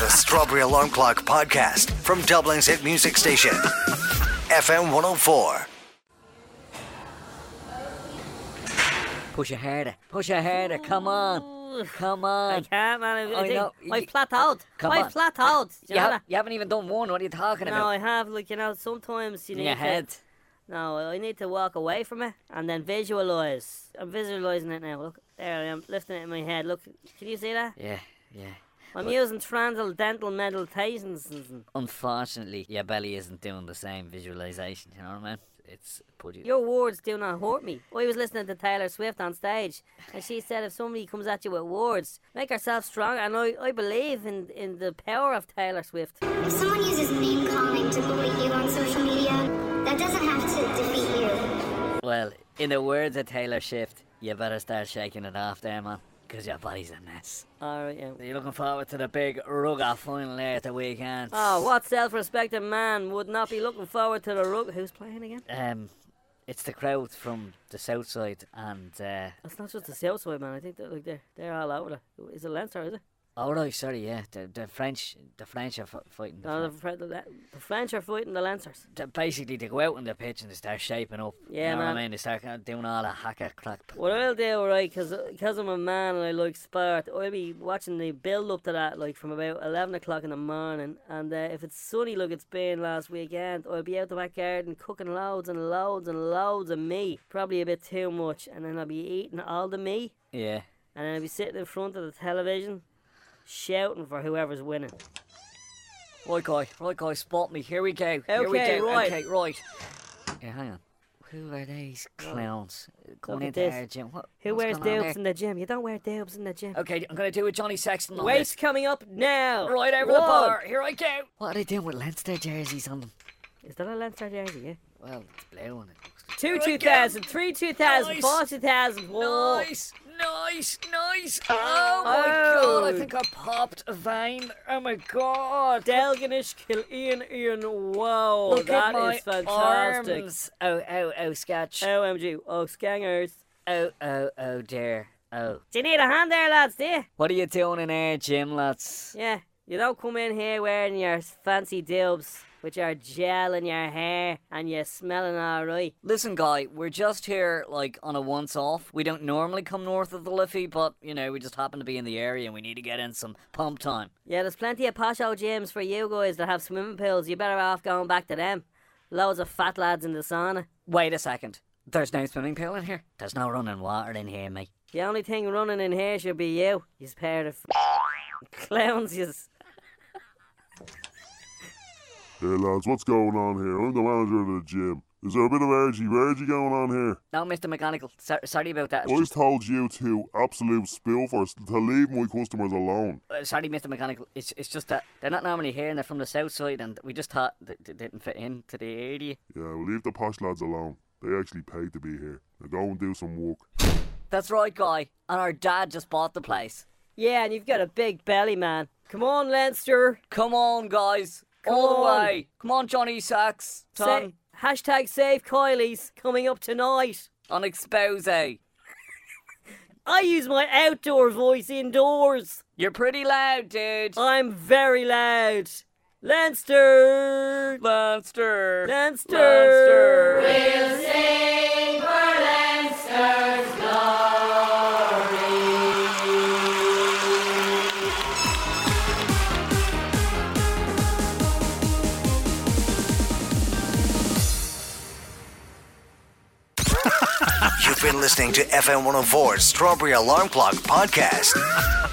The Strawberry Alarm Clock Podcast from Dublin's hit music station, FM 104. Push it harder. Push it harder. Come on. Come I on. can't, man. I, I know. I flat out. Come I on. flat out. You You, know ha- that? you haven't even done one. What are you talking No, I about? have. Like you know, sometimes you In need your head. To, no, I need to walk away from it and then visualize. I'm visualizing it now. Look, there I am, lifting it in my head. Look, can you see that? Yeah, yeah. I'm using transcendental dental meditations. and- Unfortunately, your belly isn't doing the same visualization. You know what I mean? It's put you. Your words do not hurt me. I was listening to Taylor Swift on stage, and she said if somebody comes at you with words, make yourself strong. And I, I believe in, in the power of Taylor Swift. If someone uses name calling to bully you on social media, that doesn't have to defeat you. Well, in the words of Taylor Swift, you better start shaking it off there, man. Because your body's a mess. All right, yeah. Are you looking forward to the big rug off final there at the weekend? Oh, what self-respecting man would not be looking forward to the rug? Who's playing again? Um, it's the crowd from the south side and uh, It's not just the South Side, man. I think they're, like, they're, they're all over it. Is it Leinster, is it? Oh right, sorry, yeah, the, the French, the French are f- fighting. The No, Oh, the, Fran- Fre- the, Le- the French are fighting the Lancers. the- basically, they go out on the pitch and they start shaping up. you Yeah, know man. What I mean, they start kind of doing all the hacker crap. What I'll do, right, because I'm a man and I like sport, I'll be watching the build-up to that, like, from about 11 o'clock in the morning. And uh, if it's sunny like it's been last weekend, I'll be out the back garden cooking loads and loads and loads of meat. Probably a bit too much. And then I'll be eating all the meat. Yeah, and I'd be sitting in front of the television, shouting for whoever's winning. right guy, right guy, spot me. Here we go. Here we Okay, go. right. Okay, right. Yeah, hang on. Who are these clowns going at into this. our gym? What, Who what's wears going on dubs in the gym? You don't wear dubs in the gym. there? Okay, I'm gonna do a Johnny Sexton. on Wait's this. coming up now. right over the One. bar. Here I go. What are they doing with Leinster jerseys on them? Is that a Leinster jersey? Yeah. Well, it's blue and it looks. Two Here we two go. thousand, three two thousand, Nice. four two thousand. Whoa. Nice, nice, nice. Oh my god, I Oh. think I popped a vein. Oh my god. Delganish kill Ian Ian. Whoa, Look that at my is fantastic. arms. Oh, oh, oh, sketch. Oh, Omg, oh scangers. oh, oh, dear. Oh. Do you need a hand there, lads? Do you? What are you doing in our gym, lads? Yeah. You don't come in here wearing your fancy dubs, which are gel in your hair, and you're smelling all right. Listen, guy, we're just here, like, on a once off. We don't normally come north of the Liffey, but, you know, we just happen to be in the area and we need to get in some pump time. Yeah, there's plenty of posh old gyms for you guys that have swimming pools. You better off going back to them. Loads of fat lads in the sauna. Wait a second. There's no swimming pool in here. There's no running water in here, mate. The only thing running in here should be you. You pair of clowns. Yous. Hey lads, what's going on here? I'm the manager of the gym. Is there a bit of energy, energy going on here? No, Mr. McGonagall, sor- sorry about that. It's I just- told you to absolute spill first to leave my customers alone. uh, sorry, Mr. McGonagall, it's, it's just that they're not normally here and they're from the south side and we just thought that they didn't fit into the area. Yeah, well, leave the posh lads alone. They actually paid to be here. Now go and do some work. That's right, guy. And our dad just bought the place. Yeah, and you've got a big belly, man. Come on, Leinster. Come on, guys. All Come on. the way. Come on, Johnny Sacks. Sa- Tom, hashtag save Kylie's coming up tonight. on expose. I use my outdoor voice indoors. You're pretty loud, dude. I'm very loud. Leinster. Leinster. Leinster. oh been listening to FM 104's Strawberry Alarm Clock podcast.